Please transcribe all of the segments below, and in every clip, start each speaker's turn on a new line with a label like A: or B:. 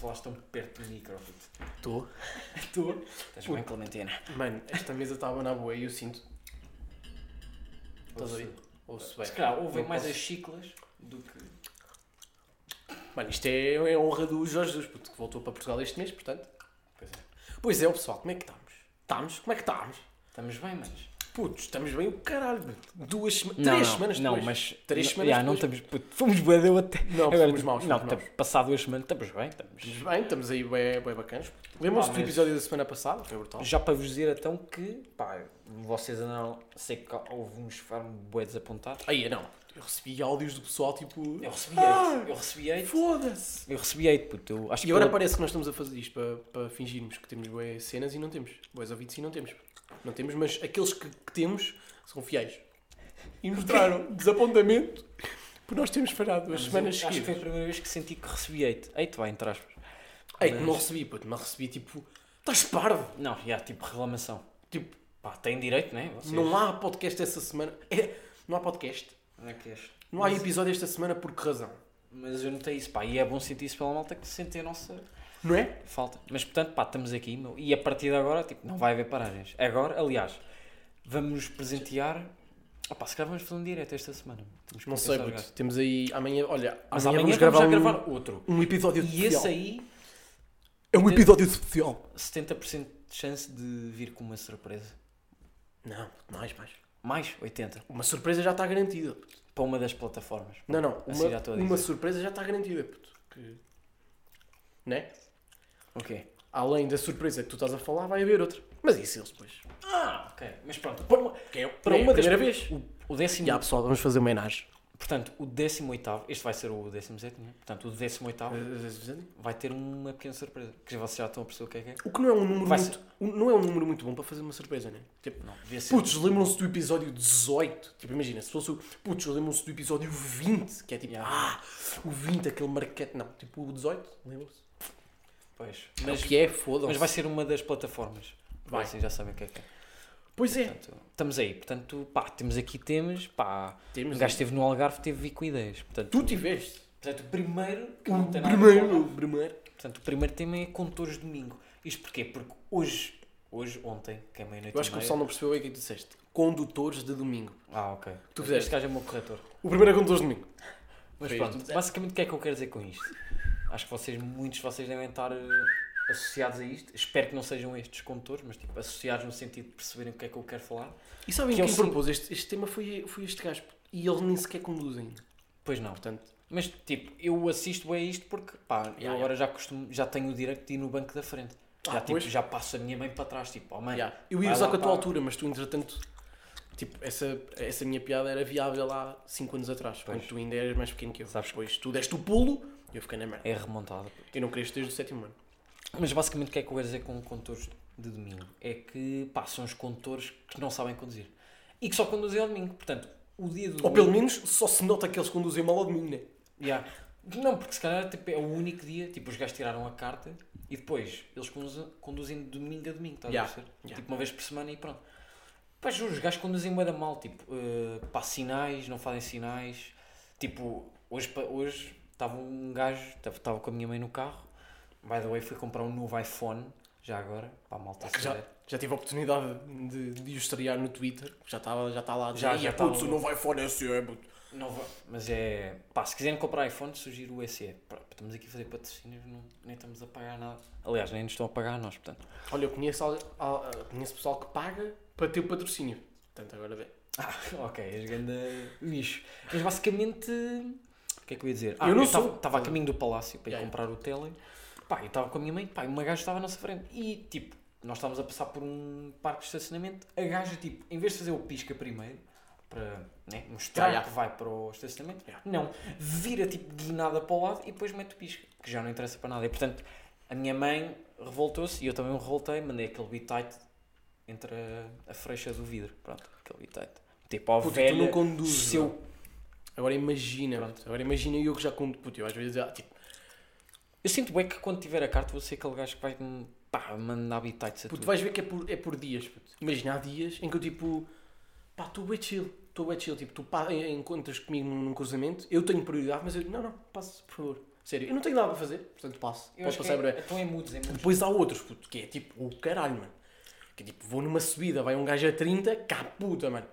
A: falaste é tão perto do micro. puto.
B: Estou.
A: Tu? Estás bem, Clementina?
B: Mano, esta mesa está a na boa e eu sinto. Estás a ouvir? Ouço bem.
A: Se calhar ouvem
B: Não
A: mais
B: posso-
A: as chiclas do que.
B: Mano, isto é, é honra do Jorge Jesus, puto, que voltou para Portugal este mês, portanto.
A: Pois é.
B: Pois é, ó pessoal, como é que estamos? Estamos? Como é que estamos?
A: Estamos bem, mas.
B: Putos, estamos bem o caralho. puto. Duas semanas.
A: Não,
B: Três
A: não,
B: semanas
A: Não,
B: depois.
A: mas.
B: Três
A: não,
B: semanas
A: já, não
B: depois.
A: estamos. puto, Fomos badeu até.
B: Não, fomos maus,
A: Não,
B: fomos maus.
A: tá- passado duas semanas estamos bem. Estamos.
B: Estamos bem, estamos aí bem, bem bacanas. Lembram-se
A: Ah,
B: do
A: mas-
B: episódio da semana passada? Foi brutal.
A: Já para vos dizer então que. Pá, vocês não. Sei que houve uns que ficaram bué desapontados.
B: Aí, não. Eu recebi áudios do pessoal tipo.
A: Eu recebi é.
B: Ah!
A: hate. Eu recebi hate.
B: Foda-se!
A: Eu recebi hate, puto. Eu acho
B: E agora
A: que.
B: parece que nós estamos a fazer isto para, para fingirmos que temos boas cenas e não temos. Boas ouvidos e não temos. Não temos, mas aqueles que, que temos são fiéis. E mostraram desapontamento por nós termos falhado as
A: Mas eu
B: semanas
A: Acho que foi a
B: seguidas.
A: primeira vez que senti que recebi hate. Hate vai, entre aspas. é
B: Ei, não recebi, puto, mas recebi tipo. Estás parvo!
A: Não, já, tipo, reclamação.
B: Tipo,
A: Pá, tem direito, não é? Vocês.
B: não há podcast essa semana. É, não há podcast.
A: Onde é que és?
B: Não há episódio esta semana por que razão?
A: Mas eu notei isso, pá, e é bom sentir isso pela malta que sente a nossa
B: Não é?
A: falta. Mas portanto, pá, estamos aqui, meu, e a partir de agora, tipo, não vai haver paragens. Agora, aliás, vamos presentear. Ah, pá, se calhar vamos fazer um direto esta semana. Temos que
B: Não sei,
A: pensar
B: puto.
A: já.
B: Temos aí amanhã. Olha,
A: é Mas
B: amanhã,
A: amanhã vamos,
B: vamos, gravar,
A: já
B: um,
A: gravar outro.
B: um episódio
A: E
B: especial.
A: esse aí,
B: É um episódio especial.
A: 70% de chance de vir com uma surpresa.
B: Não, puto, mais, mais.
A: Mais 80%.
B: Uma surpresa já está garantida.
A: Para uma das plataformas.
B: Não, não.
A: Assim
B: Uma,
A: já estou a
B: uma
A: dizer.
B: surpresa já está garantida, puto. Que... Né?
A: Ok.
B: Além da surpresa que tu estás a falar, vai haver outra. Mas isso eles depois.
A: Ah, ok. Mas pronto, para uma, para
B: é a
A: uma das.
B: primeira vez.
A: O, o décimo
B: Já, pessoal, vamos fazer homenagem.
A: Portanto, o 18, este vai ser o 17, né? Portanto, o 18 vai ter uma pequena surpresa. Que vocês já estão a perceber o que é que é?
B: O que não é um número,
A: Vai
B: muito, um- não é um número muito bom para fazer uma surpresa, né? Tipo,
A: Não, devia ser.
B: Putz, lembram-se do episódio 18? Tipo, imagina, se fosse o. Putz, lembram-se do episódio 20, que é tipo,
A: Ya.
B: ah, o 20, aquele marquete. Não, tipo o 18, lembram-se?
A: Pois.
B: Mas
A: Mas,
B: que é, foda
A: mas vai ser uma das plataformas.
B: Vai.
A: Vocês já sabem o que é que é.
B: Pois é.
A: Portanto, estamos aí. Portanto, pá, temos aqui temas. Pá,
B: Temos
A: o gajo esteve no Algarve, teve vir com ideias. Portanto,
B: Tu tiveste.
A: portanto, o primeiro. que
B: O
A: não tem nada a ver com o
B: primeiro,
A: Algarve.
B: o primeiro.
A: Portanto, o primeiro tema é condutores de domingo. Isto porquê? Porque hoje, hoje, ontem, que é meia-noite.
B: Eu acho
A: e
B: que o
A: meia-
B: pessoal não percebeu bem o que é que tu disseste. Condutores de domingo.
A: Ah, ok.
B: Tu fizeste.
A: Este gajo é o meu corretor.
B: O primeiro é condutores de domingo.
A: Mas
B: Foi um
A: pronto,
B: isto.
A: basicamente o que é que eu quero dizer com isto? Acho que vocês, muitos de vocês devem estar eh, associados a isto. Espero que não sejam estes condutores, mas tipo, associados no sentido de perceberem o que é que eu quero falar.
B: E sabem
A: Que é
B: quem
A: o sim-
B: propôs este, este tema foi, foi este gajo. E eles nem sequer conduzem.
A: Pois não.
B: Portanto,
A: Mas tipo, eu assisto a isto porque pá, eu
B: Ya,
A: agora já costumo, já tenho o direito de ir no banco da frente.
B: Ah,
A: já, tipo,
B: pois.
A: já passo a minha mãe para trás, tipo, oh mãe.
B: ya. eu ia
A: vai
B: usar
A: lá
B: com a tua
A: para-
B: altura, mas tu entretanto. Tipo, essa, essa minha piada era viável há 5 anos atrás, quando tu ainda eras mais pequeno que eu.
A: Sabes-
B: Pois tu deste o pulo e eu fiquei na merda.
A: É remontada.
B: Eu não querias desde o sétimo ano.
A: Mas basicamente o que é que eu quero dizer com condutores de domingo? É que pá, são os condutores que não sabem conduzir. E que só conduzem ao domingo. Portanto, o dia do
B: Ou pelo menos só se nota que eles conduzem mal ao domingo, né?
A: Ya. Não, porque se calhar tipo, é o único dia, tipo, os gajos tiraram a carta e depois eles conduzem, conduzem de domingo a domingo, estás
B: Ya,
A: a perceber?
B: ya.
A: Tipo, uma vez por semana e pronto. Pá, juro, os gajos conduzem bué da mal, tipo, eh, pá, sinais, não fazem sinais. Tipo, hoje pa- hoje estava um gajo, estava com a minha mãe no carro, by the way, fui comprar um novo iPhone, já agora, pá, malta,
B: Que
A: se
B: já,
A: der.
B: já tive a oportunidade de, de o estrear no Twitter. Já está já tá lá. a dizer,
A: Já-
B: "Ih,
A: já
B: é
A: tá
B: putz,
A: no-
B: o novo iPhone SE é puto."
A: Não vou- Mas é. Pá, se quiserem comprar iPhone, sugiro o SE. Pá, Estamos aqui a fazer patrocínios, não, nem estamos a pagar nada. Aliás, nem nos estão a pagar a nós, portanto.
B: Olha, eu conheço, al- al- conheço pessoal que paga para ter o patrocínio. Portanto, agora vê.
A: Ah, ok, és grande lixo. Mas basicamente. O que é que eu ia dizer? Ah,
B: Eu não sou.
A: Estava a caminho do palácio para ir
B: Ya, ya.
A: comprar o tele. Pá, eu estava com a minha mãe, pá, e uma gaja estava à nossa frente. E tipo, nós estávamos a passar por um parque de estacionamento. A gaja, tipo, em vez de fazer o pisca primeiro, para né, mostrar
B: Ya, ya.
A: que vai para o estacionamento,
B: Ya.
A: não. Vira tipo guinada para o lado e depois mete o pisca, que já não interessa para nada. E portanto, a minha mãe revoltou-se e eu também me revoltei. Mandei aquele beat tight entre a, a freixa do vidro. Pronto, aquele beat tight. Tipo, ao
B: Puto, tu
A: velho.
B: não conduzes.
A: seu
B: não. é? Agora imagina. Agora imagina eu que já conduzo. Puto, eu às vezes. ah, tipo,
A: Eu sinto bem que quando tiver a carta vou ser aquele gajo que vai me pá, mandar bitites a
B: puto,
A: tudo.
B: vais ver que é por, é por dias. Puto. Imagina há dias em que eu tipo. Pá, estou bem chill. Estou bem chill. Tipo, tu pá, encontras comigo num, num cruzamento. Eu tenho prioridade, mas eu. Não, não, passa, por favor. Sério, eu não tenho nada para fazer, portanto passo.
A: Eu
B: Posso
A: acho que
B: passar
A: é,
B: breve.
A: então é mudos, é mudos.
B: Depois há outros, puto, que é tipo o caralho, mano. Que é tipo, vou numa subida, vai um gajo a 30, cá puta, mano.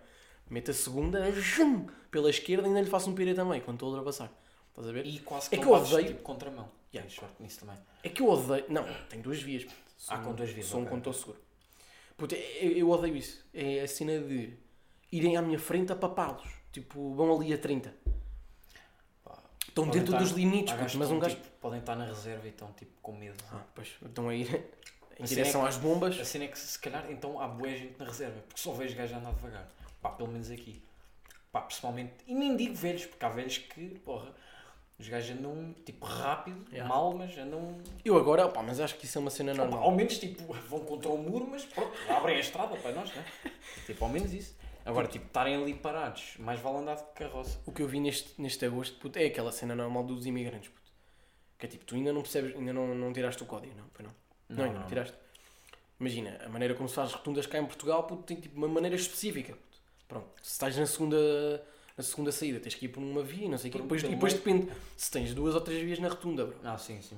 B: Mete a segunda, zum, pela esquerda, ainda lhe faço um pire também, quando estou a ultrapassar. Estás a ver?
A: E quase que
B: É
A: não
B: que eu
A: bates,
B: odeio-
A: tipo contramão.
B: Yeah.
A: Tens sorte nisso também.
B: É que eu odeio. Não, tem duas vias. puto.
A: Ah, com duas vias,
B: Sou um
A: ok.
B: condutor seguro. Puto, eu, eu odeio isso. É a cena de irem à minha frente a papá-los. Tipo, vão ali a 30. Estão
A: Podem
B: dentro
A: estar-
B: dos limites,
A: há
B: puto,
A: gajos que
B: mas um
A: estão,
B: gajo.
A: tipo, podem estar na reserva e estão tipo com medo.
B: Ah, pois, estão a ir em
A: Mas sim,
B: direção às bombas.
A: A cena é que se calhar então há boa gente na reserva, porque só vejo gajo a andar devagar. Pá, pelo menos aqui. Pá, principalmente. E nem digo velhos, porque há velhos que, porra, os gajos andam tipo rápido,
B: Yeah.
A: mal, mas andam.
B: Eu agora, opá, mas acho que isso é uma cena
A: Pá,
B: normal.
A: ao menos tipo vão contra o muro, mas pronto, abrem a estrada para nós, né? Tipo, ao menos isso. Agora, tipo, estarem ali parados, mais vale andar de carroça.
B: O que eu vi neste, neste agosto, puto, é aquela cena normal dos imigrantes, puto. Que é tipo, tu ainda não percebes, ainda não, não tiraste o código, não? Foi não? Não,
A: Não,
B: ainda não
A: não.
B: tiraste. Imagina, a maneira como se faz rotundas cá em Portugal, puto, tem tipo uma maneira específica, puto. Pronto, se estás na segunda, na segunda saída, tens que ir por uma via e não sei o quê.
A: Por-
B: Depois, e
A: pelo
B: depois depende se tens duas ou três vias na rotunda, bro.
A: Ah, sim, sim.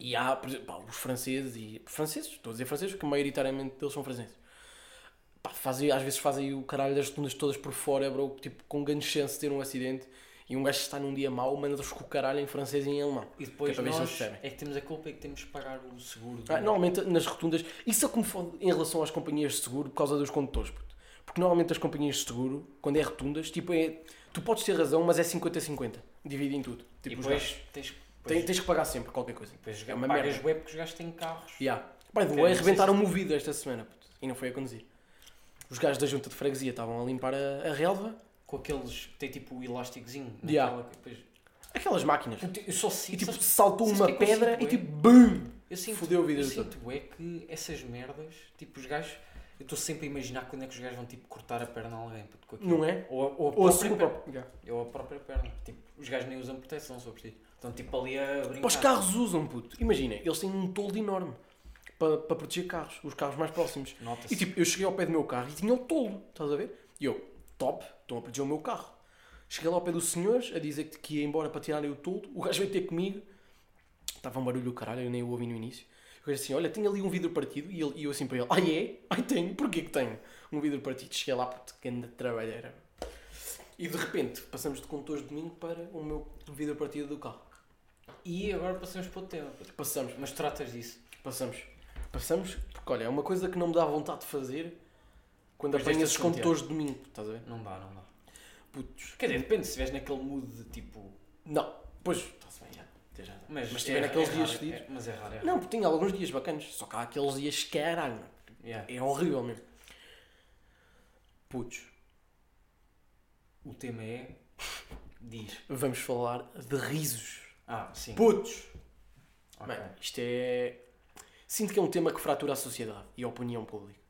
B: E há, por exemplo, pá, os franceses e... Franceses? Estou a dizer franceses porque maioritariamente deles são franceses. Pá, fazem, às vezes fazem o caralho das rotundas todas por fora, bro, tipo, com grande chance de ter um acidente. E um gajo que está num dia mau, manda-os com o caralho em francês e em alemão.
A: E depois
B: Que é para ver se eles
A: nós
B: percebem.
A: é que temos a culpa e que temos que pagar o seguro. do-
B: Ah, normalmente nas rotundas, isso é como fode em relação às companhias de seguro por causa dos condutores, puto. Porque normalmente as companhias de seguro, quando é rotundas, tipo, é, tu podes ter razão, mas é 50-50. Dividem tudo. Tipo,
A: e
B: os
A: depois
B: gajos.
A: tens, depois,
B: Tens, tens que pagar sempre qualquer coisa.
A: depois
B: é uma
A: pagas
B: merda.
A: bué porque os gajos têm carros.
B: Yeah. By the
A: Ok,
B: way,
A: não sei
B: arrebentaram o vidro um esta semana, puto. E não foi a conduzir. Os gajos da junta de freguesia estavam a limpar a, a relva.
A: com aqueles que tem tipo o elásticozinho naquela
B: Yeah.
A: que depois-
B: Aquelas máquinas.
A: Puta, eu só sinto
B: E tipo,
A: sabes-
B: saltou
A: sabes o
B: uma
A: que é que eu
B: pedra
A: sinto,
B: e
A: é?
B: tipo, BUM!
A: eu sinto,
B: fudeu o
A: eu
B: vidro todo.
A: sinto é que essas merdas tipo os gajos eu estou sempre a imaginar quando é que os gajos vão tipo cortar a perna a alguém puto, com aquilo.
B: Não é?
A: ou, a- ou, a
B: Ou a
A: própria
B: segunda.
A: perna,
B: Yeah.
A: ou a própria perna tipo os gajos nem usam proteção sobre ti estão tipo ali a brincar
B: Pá, Os carros usam, puto. Imagina, eles têm um toldo enorme para, para proteger carros, os carros mais próximos.
A: nota-se
B: E tipo, eu cheguei ao pé do meu carro e tinha o toldo, estás a ver? E eu, top, estão a proteger o meu carro. Cheguei lá ao pé dos senhores a dizer que- que ia embora para tirarem o toldo, o gajo veio ter comigo. Estava um barulho do caralho, eu nem o ouvi no início. Eu disse assim, olha, tenho ali um vidro partido. E, ele- e eu assim para ele, ai é? Ai tenho, porquê que tenho um vidro partido? Cheguei lá, puto, que anda trabalheira. E de repente, passamos de condutores de domingo para o meu vidro partido do carro.
A: e agora passamos para o tema puto.
B: Passamos,
A: mas tratas disso
B: Passamos. Passamos, porque olha, é uma coisa que não me dá vontade de fazer quando
A: Mas
B: apanho
A: deste
B: esses
A: assunto,
B: condutores de domingo, estás a ver?
A: não dá não dá
B: Putos.
A: quer dizer depende se estiveres naquele mood de tipo
B: Não, pois, está-se bem, já. tens razão. Mas, tiver aqueles dias
A: raro,
B: fedidos.
A: é- mas é raro, é raro.
B: Não, porque tinha alguns dias bacanas, só que há aqueles dias que caralho, mano.
A: Yeah.
B: é horrível mesmo. Putos,
A: o tema é diz
B: vamos falar de risos.
A: ah sim
B: Putos!
A: Ok.
B: Mano, isto é. Sinto que é um tema que fratura a sociedade e a opinião pública.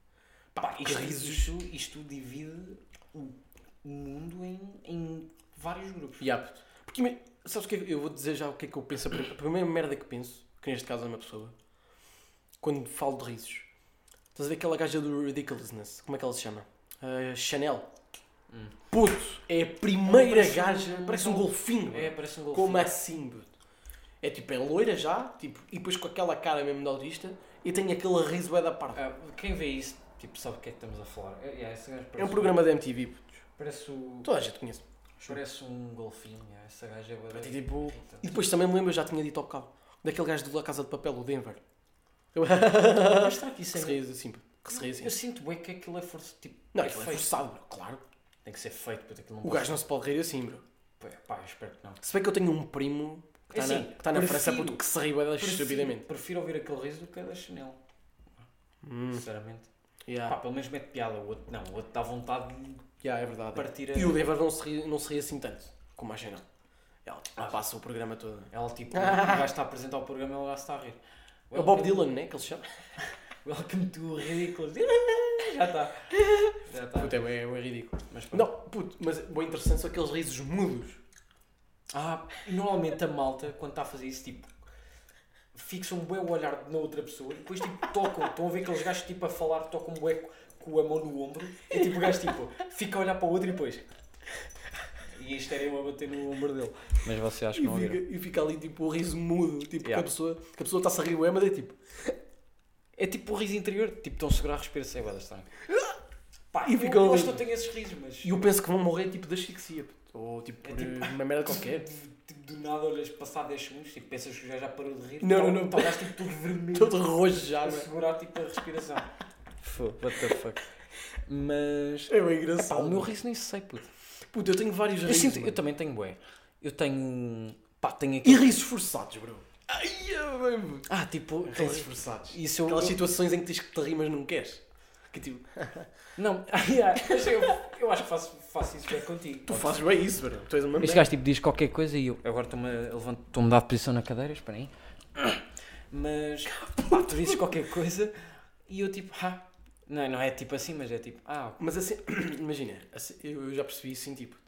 A: Pá, isto,
B: risos.
A: isto, isto divide o o mundo em, em vários grupos.
B: Ya, puto. Porque ima- sabes o que é que- eu vou dizer já o que é que eu penso. A prim- a primeira merda que penso, que neste caso é uma pessoa, quando falo de risos, estás a ver aquela gaja do Ridiculousness? Como é que ela se chama? Ah, Chanel.
A: Hum.
B: Puto, é a primeira
A: Parece um-
B: gaja. parece um golfinho.
A: É, parece um golfinho.
B: Como assim, puto? É tipo, é loira já, tipo, e depois com aquela cara mesmo de autista, e tem aquele riso bué da parte.
A: Ah, quem vê isso, tipo, sabe o que é que estamos a falar. É, é, esse gajo
B: É um
A: parece, um,
B: programa da MTV, putos.
A: parece, o-
B: Toda a gente conhece.
A: parece um golfinho. é, Essa gaja é bué da-
B: É tipo,
A: Então,
B: E depois também me lembro, eu já tinha dito ao bocado, daquele gajo do La Casa de Papel, o Denver. Eu-
A: Mas será que isso
B: que
A: é.
B: se ri assim, pá. que se ri assim.
A: Eu sinto bem que aquilo é força. Tipo,
B: Não,
A: é
B: aquilo é
A: feito.
B: forçado, bro, claro.
A: Tem que ser feito para aquilo não
B: O gajo não se pode rir assim, bro.
A: pode- Pá, eu espero que não.
B: Se bem que eu tenho um primo que
A: É
B: está na,
A: assim,
B: que tá na
A: prefiro-
B: França puto, que se ri bué
A: Prefiro,
B: estupidamente.
A: prefiro ouvir aquele riso do que a da Chanel. Sinceramente. Pá,
B: Hum, Yeah.
A: pelo menos mete piada. O outro não. O outro dá vontade de lhe
B: Yeah, é verdade. é.
A: partir a.
B: E o Denver não se, ri, não se ri assim tanto, como a Chanel. Ela tipo,
A: Ah.
B: passa o programa todo.
A: Ela tipo, o gajo está a apresentar o programa e ela já se está a rir.
B: É o Bob Dylan, né? Que ele se chama.
A: Welcome to Ridículos. Já está. Já está.
B: Puto, é, bué- é bué ridículo.
A: Mas pronto.
B: Não, puto, mas o interessante são aqueles risos mudos.
A: Ah, e normalmente a malta, quando está a fazer isso, tipo, fixa um bué o olhar na outra pessoa e depois tipo tocam. Estão a ver aqueles gajos tipo a falar, tocam um bué co- com a mão no ombro e tipo o gajo tipo, fica a olhar para o outro e depois. E E isto era eu a bater no ombro dele. Mas você acha que
B: E
A: não
B: fica,
A: ouviram.
B: e fica ali tipo o riso mudo, tipo que a
A: Yeah.
B: pessoa, que a pessoa está-se a rir, bué, mas é tipo.
A: É tipo o riso interior, tipo estão a segurar a respiração. É bué da estranho. um Pá,
B: E
A: eu
B: ficam a
A: gosto,
B: rir.
A: eu tenho esses risos, mas
B: E eu penso que vão morrer tipo de asfixia, puto, ou tipo por
A: É tipo-
B: eh, uma merda qualquer.
A: tipo, do nada olhas passar 10 segundos, tipo, pensas que já, já parou de rir.
B: Não,
A: Então-
B: não, não.
A: Então estás tipo tudo vermelho.
B: Todo roxo já,
A: a
B: mano.
A: segurar tipo a respiração. What the fuck. Mas.
B: É bem
A: Pá,
B: engraçado.
A: o meu riso nem sei, puto.
B: Puto, eu tenho vários
A: Eu,
B: risos.
A: sinto-
B: mano.
A: eu também tenho bué. Eu tenho. Pá, tenho
B: E
A: aqui.
B: risos forçados, bro. Ai, eu lembro.
A: Ah, tipo.
B: Risos forçados.
A: Isso eu-
B: Aquelas
A: eu-
B: situações em que tens que te rir, mas não queres. Que tipo,
A: Não, ai, ai, mas eu, eu acho que faço, faço isso bem contigo.
B: tu fazes bem isso, bro. Tu és uma
A: Este
B: merda.
A: gajo tipo diz qualquer coisa e eu agora estou-me a levantar- estou-me a dar de posição na cadeira, espera aí. Mas pá, tu dizes qualquer coisa e eu tipo, ah, não, não é tipo assim, mas é tipo, ah, ok.
B: Mas assim, imagina, assim, eu eu já percebi isso em ti, puto.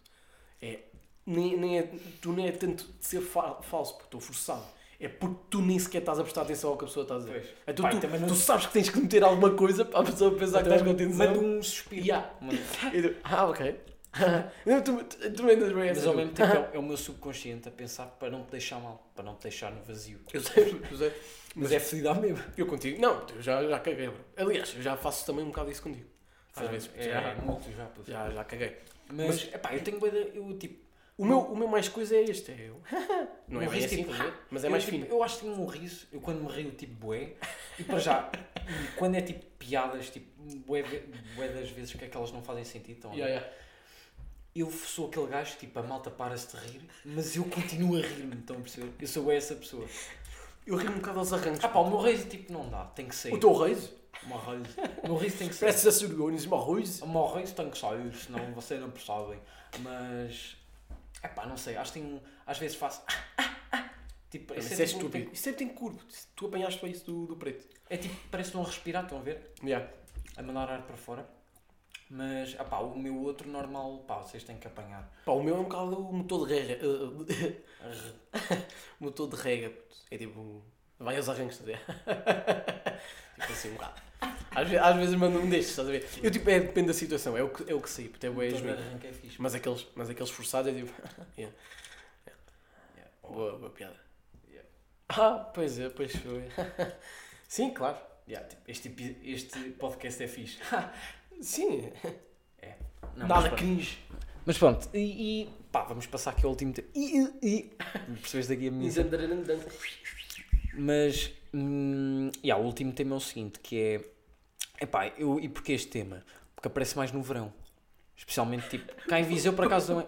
B: É, nem, nem é, tu nem é tanto de ser fa- falso, puto, ou forçado. É porque tu nem sequer estás a prestar atenção ao que a pessoa está a dizer.
A: Pois.
B: Então
A: Pá,
B: tu,
A: também não-
B: tu sabes que tens que meter alguma coisa para a pessoa pensar que estás com atenção.
A: mando um suspiro.
B: Yeah.
A: Mando-
B: E tu, ah, ok. não, tu, tu, tu mandas bem
A: Mas
B: essa,
A: ao
B: tu.
A: mesmo tempo é, o- é o meu subconsciente a pensar para não te deixar mal, para não te deixar no vazio.
B: Eu sei, eu sei.
A: Mas é fedido à mesma.
B: Eu contigo, não, eu já, já caguei, bro. Aliás, eu já faço também um bocado isso contigo. Às
A: Ah,
B: vezes,
A: é,
B: já,
A: é muito já, puto.
B: já, já caguei.
A: Mas, epá, eu tenho bué de- eu tipo,
B: O meu, o meu mais coisa é este, é eu. Não é
A: Um
B: bem
A: riso
B: assim,
A: tipo,
B: estás a ver? mas é
A: eu,
B: mais
A: tipo,
B: fino.
A: Eu acho que tenho um riso, eu quando me rio, tipo, bué, e para já, e quando é tipo piadas, tipo, bué, ve- bué das vezes que aquelas não fazem sentido, estão a ver?
B: Yeah, yeah.
A: eu sou aquele gajo que, tipo, a malta para-se de rir, mas eu continuo a rir-me, estão a perceber? Eu sou bué essa pessoa.
B: Eu rio um bocado aos arrancos.
A: Ah pá, o meu riso, tipo, não dá, tem que sair.
B: o teu riso?
A: O meu riso, o meu riso tem que sair.
B: Parece a Soriones, uma riso.
A: O meu riso tem que sair, senão vocês não percebem. Mas, é pá, não sei, acho que tenho, às vezes faço... Tipo,
B: Isso,
A: esse
B: é
A: tipo-
B: estúpido. Isso sempre tem curvo. Tu apanhaste para isso do, do preto.
A: É tipo, parece que não respirar, estão a ver?
B: Yeah.
A: a mandar ar para fora. Mas, ah pá, o meu outro normal, pá, vocês têm que apanhar.
B: Pá, o meu é um bocado o motor de rega. eh, motor de rega. puto. É tipo. Vai aos arrancos, estás a ver? tipo assim, um bocado. Às, ve- às vezes mando-me destes, estás a ver? Eu tipo, é, depende da situação, é o que, é o que sei, puto, é bué
A: Todo
B: joelho.
A: arranque é fixe.
B: Mas aqueles, mas aqueles forçados é tipo. yeah. Yeah. Boa, boa piada.
A: Yeah.
B: Ah, pois é, pois foi. Sim, claro.
A: Yeah, tipo, este, epi- este podcast é fixe.
B: Sim.
A: Não,
B: Nada
A: mas, pronto.
B: cringe.
A: Mas pronto, e, e, pá, vamos passar aqui ao último tempo. E, e, e. Percebeste daqui a minha.
B: é
A: Mas, hum, yeah, o último tema é o seguinte, que é... Epá, eu, e porquê este tema? Porque aparece mais no verão. Especialmente, tipo, cá em Viseu, por acaso, não é...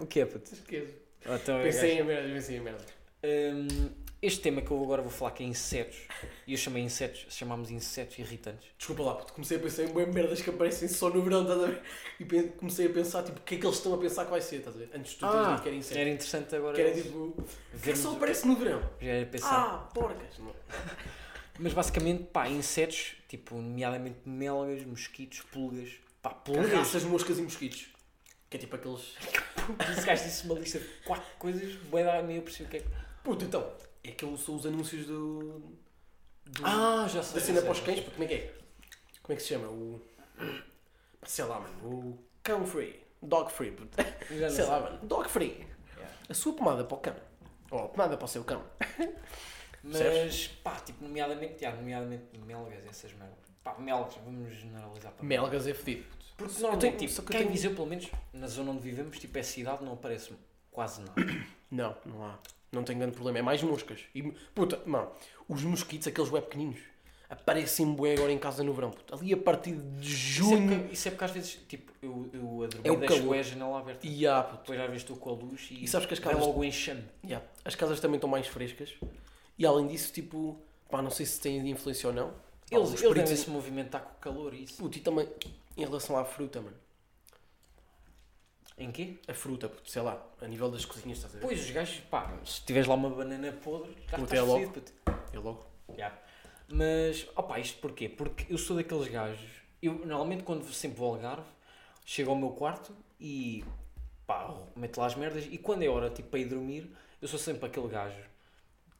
A: O que é, puto?
B: Esqueço.
A: Ah, então é
B: Pensei em merda, pensei em merda.
A: Hum, este tema que eu agora vou falar que é insetos, e eu chamei insetos, chamámos insetos irritantes.
B: Desculpa lá, puto, comecei a pensar em bué merdas que aparecem só no verão, estás a ver? E pe- comecei a pensar, tipo, o que é que eles estão a pensar que vai ser, estás a ver? Antes de tu teres dito que era inseto.
A: era interessante agora.
B: Que era tipo, o que é que
A: vermos
B: só
A: o-
B: aparece no verão?
A: já era pensar.
B: Ah, porcas. Não.
A: Mas basicamente, pá, insetos, tipo, nomeadamente melgas, mosquitos, pulgas. Pá, pulgas?
B: Raças, moscas e mosquitos. Que é tipo aqueles...
A: Esse gajo disse uma lista de quatro coisas, bué da nem eu percebi o que é que.
B: Puto, então, é aqueles são os anúncios do... do-
A: Ah, já
B: da
A: sei.
B: cena
A: já
B: para os
A: sei.
B: cães, puto, como é que é? Como é que se chama? O... Pá, Sei lá, mano, o cão free. Dog free, puto.
A: Já não
B: Sei
A: sei.
B: lá, mano, dog free.
A: Yeah.
B: A sua pomada para o cão. Ou a pomada para o seu cão.
A: Mas, pá, tipo, nomeadamente, já, nomeadamente melgas, essas merdas. Pá, melgas, vamos generalizar para
B: Melgas é fedido.
A: Porque
B: tenho-
A: normalmente, tipo,
B: só que eu
A: quem
B: tenho-
A: Viseu, pelo menos na zona onde vivemos, tipo, é cidade, não aparece quase nada.
B: Não, não há. Não tem grande problema. É mais moscas. E, puta, mano, os mosquitos, aqueles web pequeninos, aparecem bué agora em casa no verão. Puta. Ali a partir de
A: Isso é,
B: junho.
A: porque, isso é porque às vezes, tipo, eu, eu a dormir
B: É o
A: deixo
B: calor.
A: a janela aberta.
B: E há, puta.
A: Depois às vezes estou com a luz e,
B: E sabes que as
A: vai
B: casas-
A: logo o enxame.
B: E há. As casas também estão mais frescas. E além disso, tipo, pá, não sei se tem de influência ou não. Pá,
A: Eles,
B: Ah, os
A: eles
B: peritos-
A: devem se movimentar com o calor e isso.
B: Puta, e também em relação à fruta, mano.
A: Em quê?
B: A fruta, puto, sei lá, a nível das cozinhas, estás a ver?
A: Pois, os gajos, pá, se tiveres lá uma banana podre, já
B: Puto,
A: estás
B: é logo.
A: fedido, puto.
B: É logo.
A: Yeah. Mas, opá, isto porquê? Porque eu sou daqueles gajos. Eu normalmente, quando sempre vou ao Algarve, chego ao meu quarto e pá, meto lá as merdas. E quando é hora tipo, para ir dormir, eu sou sempre aquele gajo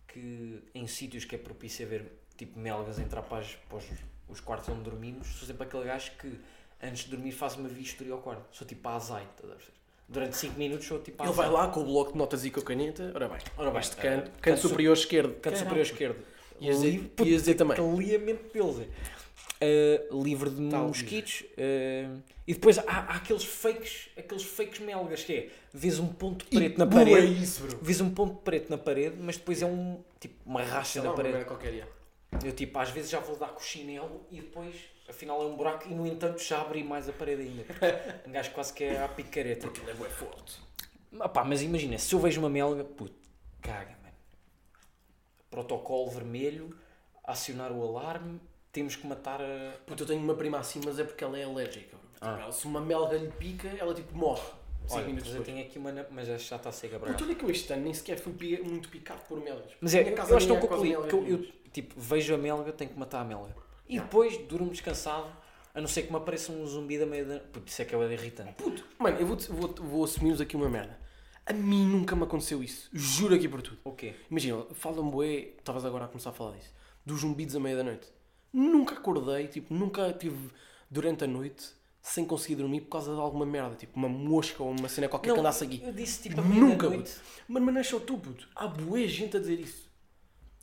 A: que, em sítios que é propício a ver tipo melgas entrar para, as- para os, os quartos onde dormimos, sou sempre aquele gajo que, antes de dormir, faz uma vistoria ao quarto. Sou tipo a azaite, estás a perceber? Durante 5 minutos sou tipo.
B: Ele vai lá com o bloco de notas e com a caneta. Ora bem,
A: Ora bem,
B: este
A: eh,
B: canto, é. canto,
A: canto
B: superior esquerdo.
A: Canto superior esquerdo.
B: Ias dizer-
A: Livre- puto,
B: ias dizer também.
A: Liamento pelos. eh. Uh, é. livre de
B: Tal,
A: mosquitos. eh, e depois há, há aqueles fakes, aqueles fakes melgas que é, vês um ponto preto na
B: Boa,
A: parede,
B: é isso, bro.
A: vês um ponto preto na parede, mas depois é um, tipo, uma racha
B: Sei lá,
A: na
B: uma
A: parede.
B: merda qualquer, já.
A: Eu tipo, às vezes já vou dar com o chinelo e depois, afinal é um buraco e no entanto já abri mais a parede ainda. Um gajo quase que é à picareta.
B: Aquilo é bué forte.
A: Ah pá, mas imagina, se eu vejo uma melga, puto, caga, mano. Protocolo vermelho, acionar o alarme, temos que matar a...
B: Puta, eu tenho uma prima assim, mas é porque ela é alérgica. bro. Tipo, ela- se uma melga lhe pica, ela tipo morre. Cinco
A: Olha,
B: minutos
A: mas eu
B: depois.
A: tenho aqui uma... na- Mas esta já está cega, braga.
B: Puta, olha que eu este ano nem sequer fui pi- muito picado por melgas.
A: Mas é,
B: Minha
A: eu
B: casa
A: acho que
B: nem
A: não
B: é quase
A: concluí,
B: melgas
A: que eu, eu,
B: nenhumas.
A: tipo, vejo a melga, tenho que matar a melga. E depois durmo descansado, a não ser que me apareça um zumbi da meia da... Puto, isso é que é bué de irritante.
B: Puto, mano, eu vou, vou, vou assumir-vos aqui uma merda. A mim nunca me aconteceu isso. Juro aqui por tudo.
A: O quê?
B: Imagina, falam bué, estavas agora a começar a falar disso, dos zumbidos à meia-da-noite. Nunca acordei, tipo, nunca tive durante a noite sem conseguir dormir por causa de alguma merda, tipo uma mosca ou uma cena qualquer que andasse aqui.
A: Eu disse tipo a
B: Nunca,
A: meia-noite.
B: puto. Mas, mas não é só tu, puto. Há bué gente a dizer isso.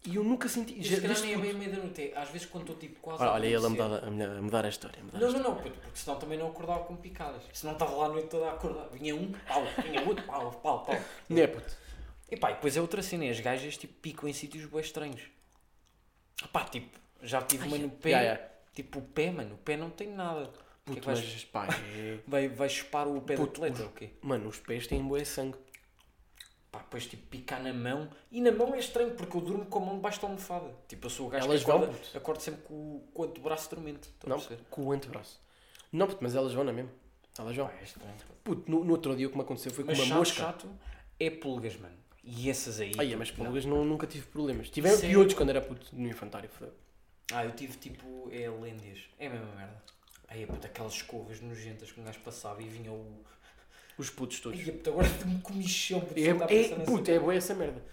B: E eu nunca senti.
A: Isto se calhar
B: isto,
A: nem é
B: puto.
A: bem a meia-da-noite. é Às vezes quando estou tipo quase.
B: Olha, olha ele a
A: adormecer.
B: mudar a, a mudar- a mudar a história. a mudar a
A: Não, não, não, puto, porque senão também não acordava com picadas. Senão estava lá a noite toda a acordar. Vinha um, pau, vinha outro, pau, pau, pau.
B: história. Não é, puto.
A: E pá, e depois é outra cena, é as gajas tipo picam em sítios bem estranhos. Pá, tipo, já tive uma no pé.
B: Ya, ya.
A: Tipo, o pé, mano, o pé não tem nada. O que é que
B: Puto,
A: vais,
B: mas pá, é-
A: vai, vai chupar o pé
B: Puto,
A: do atleta, ou quê?
B: Mano, os pés têm bué sangue.
A: Pá, depois tipo picar na mão. E na mão é estranho, porque eu durmo com a mão debaixo da almofada. Tipo, eu sou o gajo
B: Elas
A: que
B: vão,
A: acorda,
B: puto.
A: acordo sempre com, o- com o antebraço dormente. Estão a
B: Não,
A: perceber?
B: com o antebraço. Não, puto, mas elas vão na mesma. Elas vão.
A: Pá, é estranho, puto.
B: Puto, no, no outro dia o que me aconteceu foi com
A: Mas
B: uma
A: chato,
B: mosca.
A: chato é pulgas, mano. E essas aí.
B: Ai, é,
A: puto,
B: mas
A: não.
B: pulgas não, nunca tive problemas. Tiveram
A: Sério?
B: piolhos quando era puto no infantário. Foi.
A: Ah, eu tive tipo. É lêndias. É a mesma merda. Ai, é puto, aquelas escovas nojentas que um gajo passava e vinha o.
B: Os putos todos.
A: Ai, é puto, agora me comi chão, puto.
B: É,
A: só está a pensar
B: é,
A: nessa-
B: puto, é boa essa merda.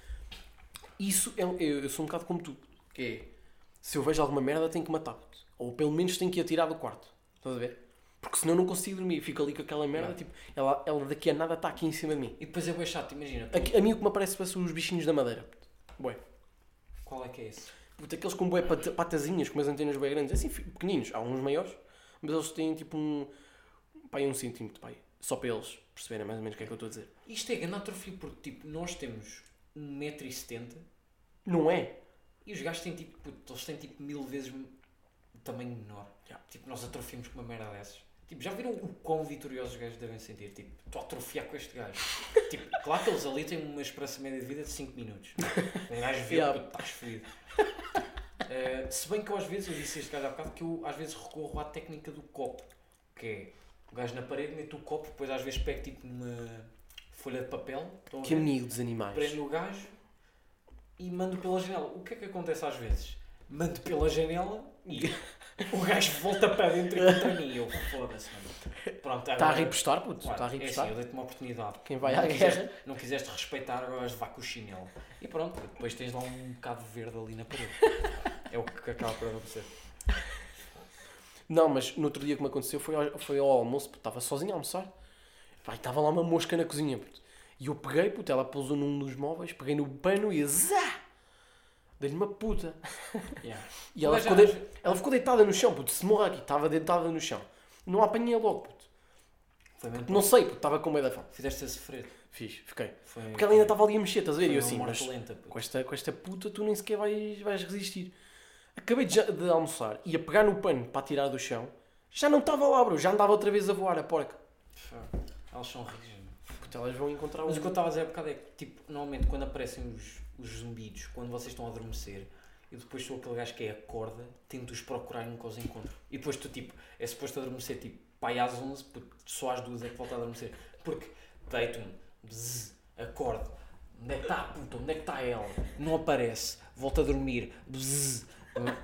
B: Isso é. Eu, eu sou um bocado como tu. Que é. Se eu vejo alguma merda, tenho que matar. puto. Ou pelo menos tenho que atirar do quarto. Estás a ver? Porque senão eu não consigo dormir. Fico ali com aquela merda, tipo, ela, ela daqui a nada está aqui em cima de mim.
A: E depois é bem chato, imagina.
B: Aqui- a mim o que me aparece são os bichinhos da madeira. Puto. Bué.
A: Qual é que é esse?
B: Puto, aqueles com bué pat- patazinhas, com umas antenas bem grandes, assim, fi- pequeninos, há uns maiores, mas eles têm tipo um. pai, um centímetro, pai. Só para eles perceberem mais ou menos o que é que eu estou a dizer.
A: Isto é ganatrofia, porque tipo, nós temos 1,70m
B: Não é?
A: e os gajos têm tipo. Puto, eles têm tipo mil vezes de tamanho menor.
B: Yeah.
A: Tipo, nós atrofiamos com uma merda dessas. Tipo, já viram o quão vitoriosos os gajos devem sentir? Tipo, estou a atrofiar com este gajo. tipo, claro que eles ali têm uma esperança média de vida de 5 minutos. Um gajo vê,
B: Yeah.
A: puto, estás ferido. se bem que eu às vezes, eu disse a este gajo há bocado, que eu às vezes recorro à técnica do copo. Que é, o gajo na parede mete o copo, depois às vezes pega tipo numa folha de papel. então estão a
B: Que
A: ver?
B: amigo dos animais.
A: prendo o gajo e mando pela janela. O que é que acontece às vezes? Mando pela janela e o gajo volta para dentro e contra mim. Eu foda-se, mano. Pronto,
B: Está a
A: agora-
B: ripostar, puto.
A: Claro,
B: Está a
A: é
B: ripostar.
A: assim, eu dei-te uma oportunidade.
B: Quem tá vai à
A: quiseste-
B: guerra.
A: não quiseste respeitar, agora vais levar com o chinelo. E pronto, depois tens lá um bocado verde ali na parede. É o que acaba por acontecer.
B: Não, mas no outro dia que me aconteceu foi ao, foi ao almoço, puto. Estava sozinho a almoçar. Pai, estava lá uma mosca na cozinha, puto. E eu peguei, puto, ela pousou num dos móveis, peguei no pano e zá! Dei-lhe uma puta.
A: Yeah.
B: E ela
A: Mas é já-
B: ficou, de- ela ficou deitada no chão, puto. Se morra aqui, estava deitada no chão. Não a apanhei logo, puto.
A: Foi mesmo.
B: Não sei, puto. Estava com meio da fome.
A: Fizeste a sofrer.
B: Fiz, fiquei.
A: Foi,
B: Porque ela ainda estava ali a mexer, estás a ver? E eu assim, mas
A: lenta, puto.
B: com esta, com esta puta tu nem sequer vais, vais resistir. Acabei de, ja- de almoçar e a pegar no pano para tirar do chão. Já não estava lá, bro. Já andava outra vez a voar, a porca.
A: Elas são rígidas. mano.
B: Puto, elas vão encontrar um...
A: Mas o que eu estava a dizer há bocado é que, tipo, normalmente quando aparecem os, os zumbidos, quando vocês estão a adormecer, eu depois sou aquele gajo que é acorda, tento-os procurar e nunca os encontro. E depois tu, tipo, é suposto adormecer, tipo, pai às 11, puto, só às 2 é que volta a adormecer. Porque deito-me, bzz, acordo, onde é que está a puta, onde é que está ela? Não aparece, volto a dormir, bzz,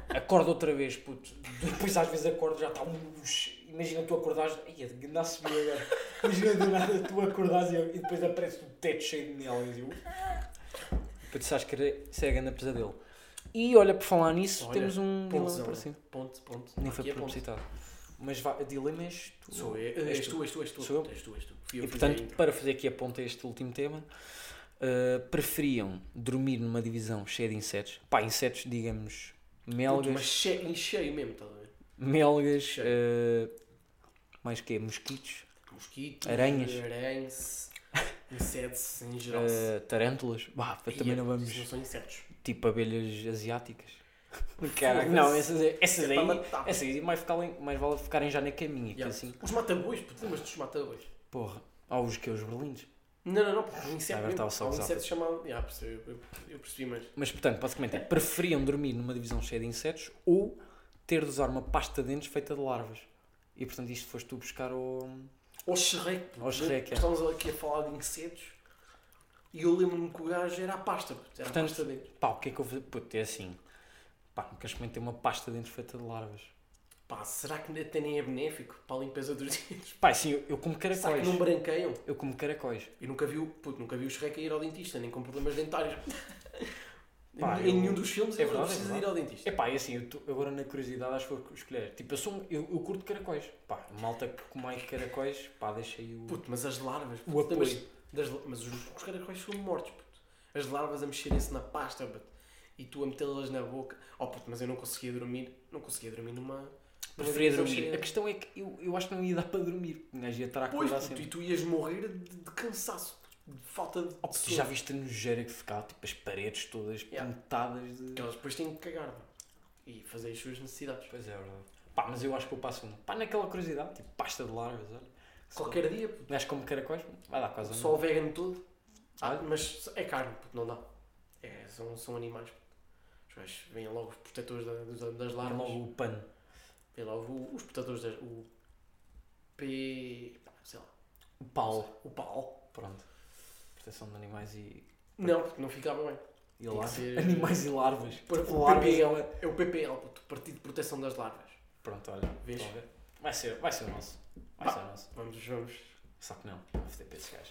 A: acordo outra vez, puto. Depois às vezes acordo, já está um... Imagina tu acordares, é ia, gandasse me agora. Imagina do nada tu acordares e, e depois aparece o teto cheio de melgas e eu... Puto, sabes que era- isso é grande pesadelo. E olha, por falar nisso,
B: Olha,
A: temos um dilema
B: Ponto,
A: parecido.
B: ponto, ponto.
A: Nem foi
B: Aqui é ponto.
A: propositado. Mas vá, dilema és tu.
B: Sou eu. És tu, és tu, és tu.
A: Sou eu.
B: És tu, és tu. Fui eu
A: E
B: que fiz a
A: portanto,
B: intro.
A: para fazer aqui a ponta a este último tema, eh, preferiam dormir numa divisão cheia de insetos? Pá, insetos, digamos,
B: Puto,
A: melgas,
B: mas cheio, em cheio mesmo, estás a ver?
A: melgas,
B: Cheio.
A: eh, mais que mosquitos,
B: Mosquitos,
A: Aranhas.
B: aranhas, insetos em geral.
A: eh, tarântulas, bah,
B: Ia,
A: também não
B: isso Não
A: vamos,
B: são insetos.
A: tipo abelhas asiáticas. Caralho, não, essas, essas
B: É
A: aí,
B: para matar.
A: essas aí mais, ficarem, mais vale ficarem já na caminha, que
B: Ya.
A: assim,
B: Os matabois, puto, lembras dos matabois?
A: porra, há os que, é os berlindes.
B: Não, não, não, porque há um inseto.
A: Agora
B: mesmo.
A: estava só
B: Há um
A: a usar.
B: inseto chamado. Ya, percebi, eu, eu- eu percebi, mas.
A: Mas portanto, basicamente é, preferiam dormir numa divisão cheia de insetos ou ter de usar uma pasta de dentes feita de larvas. E portanto isto foste tu buscar o...
B: Ao Shrek, puto,
A: Ao Shrek, é.
B: Estamos aqui a falar de insetos e eu lembro-me que o gajo era a pasta, puto, era
A: Portanto,
B: a pasta dentro.
A: Pá, o que é que eu vou... Puto, é assim... Pá, nunca experimentei uma pasta de dentes feita de larvas.
B: Pá, será que até nem é benéfico para a limpeza dos dentes?
A: Pá, assim, eu, eu como
B: Será que não
A: caracóis.
B: branqueiam?
A: Eu como caracóis.
B: Eu nunca vi, o- puto, nunca vi o Shrek a ir ao dentista, nem com problemas dentários. Em-
A: Pá,
B: em
A: eu-
B: nenhum dos filmes
A: É
B: ele
A: verdade, é
B: precisa de ir
A: verdade.
B: ao dentista.
A: É pá, e assim, eu tô- agora na curiosidade acho que vou escolher. Tipo, eu sou... um- Eu, eu curto caracóis. Pá, malta que come caracóis, pá, deixa aí o...
B: Puto, mas as larvas,
A: O
B: puto,
A: apoio.
B: lembras- das la- mas os, os caracóis são mortos, puto. As larvas a mexerem-se na pasta, puto. E tu a metê-las na boca. Oh puto, mas eu não conseguia dormir. Não conseguia dormir numa. numa
A: Preferia
B: divisão
A: dormir.
B: cheia.
A: A questão é que eu, eu acho que não ia dar para dormir. Um gajo ia estar a
B: Pois,
A: acordar
B: puto,
A: sempre.
B: e tu ias morrer de, de cansaço, de falta de.
A: Oh, puto,
B: sono.
A: já viste a nojeira que ficava, tipo, as paredes todas
B: Yeah.
A: pintadas de...
B: Porque elas depois têm que cagar, puto, E fazer as suas necessidades.
A: Pois é, verdade. Pá, mas eu acho que eu passo uma. Pá, naquela curiosidade, tipo, pasta de larvas, olha. Se
B: Qualquer dia, puto.
A: Um gajo como caracóis, vai dar quase a
B: Só o vegan todo. Ah,
A: Olha.
B: mas é carne, puto, não dá. É, são, são animais, puto. Os gajos vêm logo os protetores da- da- das
A: Lá
B: larvas.
A: logo o pano.
B: Vem lá, o- os portadores da. O. P. pá, sei lá.
A: O pau.
B: O pau.
A: Pronto. Proteção de animais e,
B: Não, porque não ficava bem.
A: e
B: que
A: larvas.
B: ser-
A: Animais e larvas.
B: Para-
A: Tipo,
B: o
A: larvas.
B: PPL, é o PPL, puto, Partido de Proteção das Larvas.
A: Pronto, olha.
B: Vês?
A: estão a ver? Vai ser, vai ser o nosso. Vai
B: Pá.
A: ser o nosso.
B: Vamos, vamos.
A: Só que não. FTP esse gajo.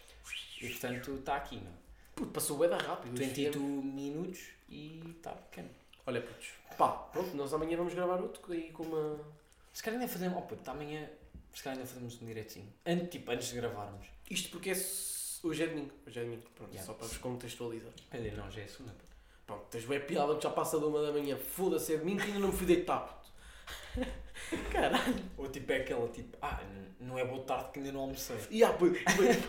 A: E portanto, está aqui, não.
B: Puto, passou o da rápido.
A: 22 minutos e está pequeno.
B: Olha, putos. Pá, pronto, nós amanhã vamos gravar outro aí com uma.
A: Se calhar ainda fazemos. Oh puto, amanhã. Se calhar ainda fazemos um direitinho. Antes, tipo, antes de gravarmos.
B: Isto porque é. s- Hoje é domingo. Hoje é domingo. Pronto,
A: Yeah.
B: só para vos contextualizar.
A: Quer dizer, não, já é segunda. puto.
B: Pronto, tens bem piada que já passa de uma da manhã. Foda-se, é domingo que ainda não me fui deitar, puto. Caralho.
A: Ou tipo é aquela tipo, ah, n- não é boa tarde que ainda não almocei.
B: E há, puto,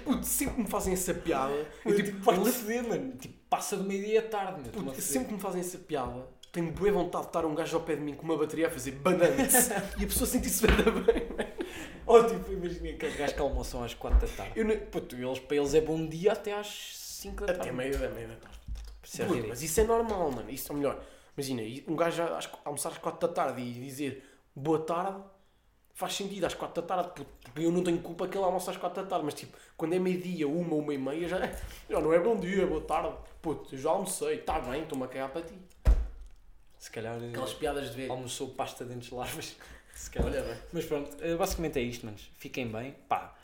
B: puto, sempre me fazem essa piada. Eu tipo,
A: vai foder, mano. Tipo, passa do meio-dia à tarde, meu.
B: Puto,
A: Toma a foder.
B: sempre que me fazem essa piada, tenho boa vontade de estar um gajo ao pé de mim com uma bateria a fazer bananas e a pessoa sentir-se bem, bem.
A: Ou tipo, imagina aqueles gajos que almoçam às 4 da tarde.
B: Eu não-
A: Puto, eles, para eles é bom dia até às 5 da tarde.
B: Até meia da meia da tarde.
A: Ah. Isso é
B: Puto,
A: ridículo.
B: mas isso é normal, mano. Isso é melhor. Imagina, um gajo às- almoçar às 4 da tarde e dizer boa tarde faz sentido às 4 da tarde, puto, porque eu não tenho culpa que ele almoça às 4 da tarde, mas tipo, quando é meio-dia, uma, uma e meia, já, já não é bom dia, boa tarde. Puto, eu já almocei, está bem, estou-me a cagar para ti.
A: Se calhar eh,
B: Aquelas piadas de ver.
A: almoçou pasta dentes de larvas. Se calhar.
B: Olha, bem.
A: Mas pronto, eh, basicamente é isto, manos. Fiquem bem. Pá,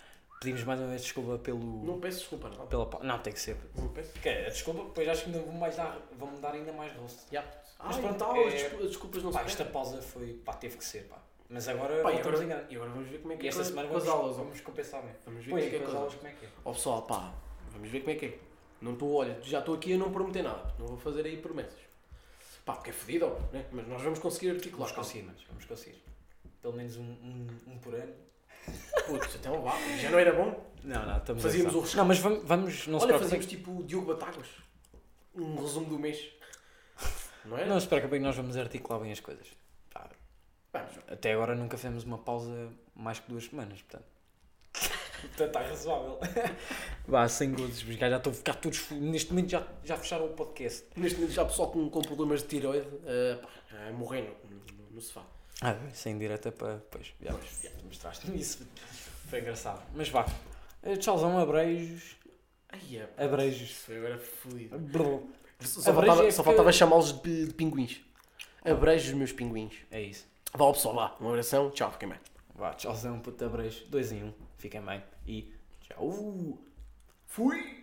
A: pedimos mais uma vez desculpa pelo.
B: Não peço desculpa, não.
A: Pela... pa- Não, tem que ser.
B: Não peço.
A: Porque, eh, desculpa, depois acho que ainda vão mais dar, vão me dar ainda mais rosto.
B: Ya. Ah,
A: Mas
B: pronto,
A: pronto,
B: então,
A: é-
B: as descul- as desculpas não
A: Pá,
B: se
A: esta
B: pedem.
A: pausa foi. Pá, teve que ser, pá. Mas agora
B: Pá, e
A: voltamos
B: agora,
A: a ganhar.
B: é e agora vamos ver como é que
A: E esta
B: é
A: semana
B: com as
A: vamos,
B: aulas. ó.
A: vamos compensar bem.
B: Vamos ver
A: Pois,
B: como é que é
A: com
B: com
A: as
B: as
A: aulas
B: aulas.
A: como é que é.
B: Ó pessoal, pá, vamos ver como é que é. Não estou, olha, já estou aqui a não prometer nada. Não vou fazer aí promessas. Pá, porque é fedido, ó, né? Mas nós vamos conseguir articular.
A: Vamos conseguir, mas vamos conseguir. Pelo menos um, um, um por ano.
B: Putz, então vá. Já não era bom?
A: Não, não, estamos
B: Fazíamos
A: a
B: o
A: gozar. Não, mas vamos, vamos não se
B: olha,
A: preocupem.
B: fazemos tipo o Diogo Batáguas. Um resumo do mês. Não é?
A: Não se preocupem que nós vamos articular bem as coisas. Pá,
B: Vamos, vá.
A: Até agora nunca fizemos uma pausa mais que duas semanas, portanto. portanto,
B: tá
A: está razoável. Vá, sem gozos, os gajos já estão a ficar todos. fu- Neste momento já, já fecharam o podcast.
B: Neste momento já há pessoal com, com problemas de tiroide, eh, pá, a morrer no, no, no sofá.
A: Ah, sem direta para. Pois, já, já te mostraste isso. Foi engraçado. Mas vá. Eh, Tchauzão, abreijos.
B: Ai, é, pá,
A: Abreijos.
B: isso foi agora fodido.
A: Brrr.
B: Só
A: Abreijos
B: faltava,
A: é
B: só
A: que-
B: faltava chamá-los de, de pinguins. Abrejo os meus pinguins.
A: É isso.
B: Vá ao pessoal, vá. Um abração, tchau, fiquem bem.
A: Vá, tchauzão, puta abreijos. Dois em um. Fiquem bem. E tchau.
B: Fui!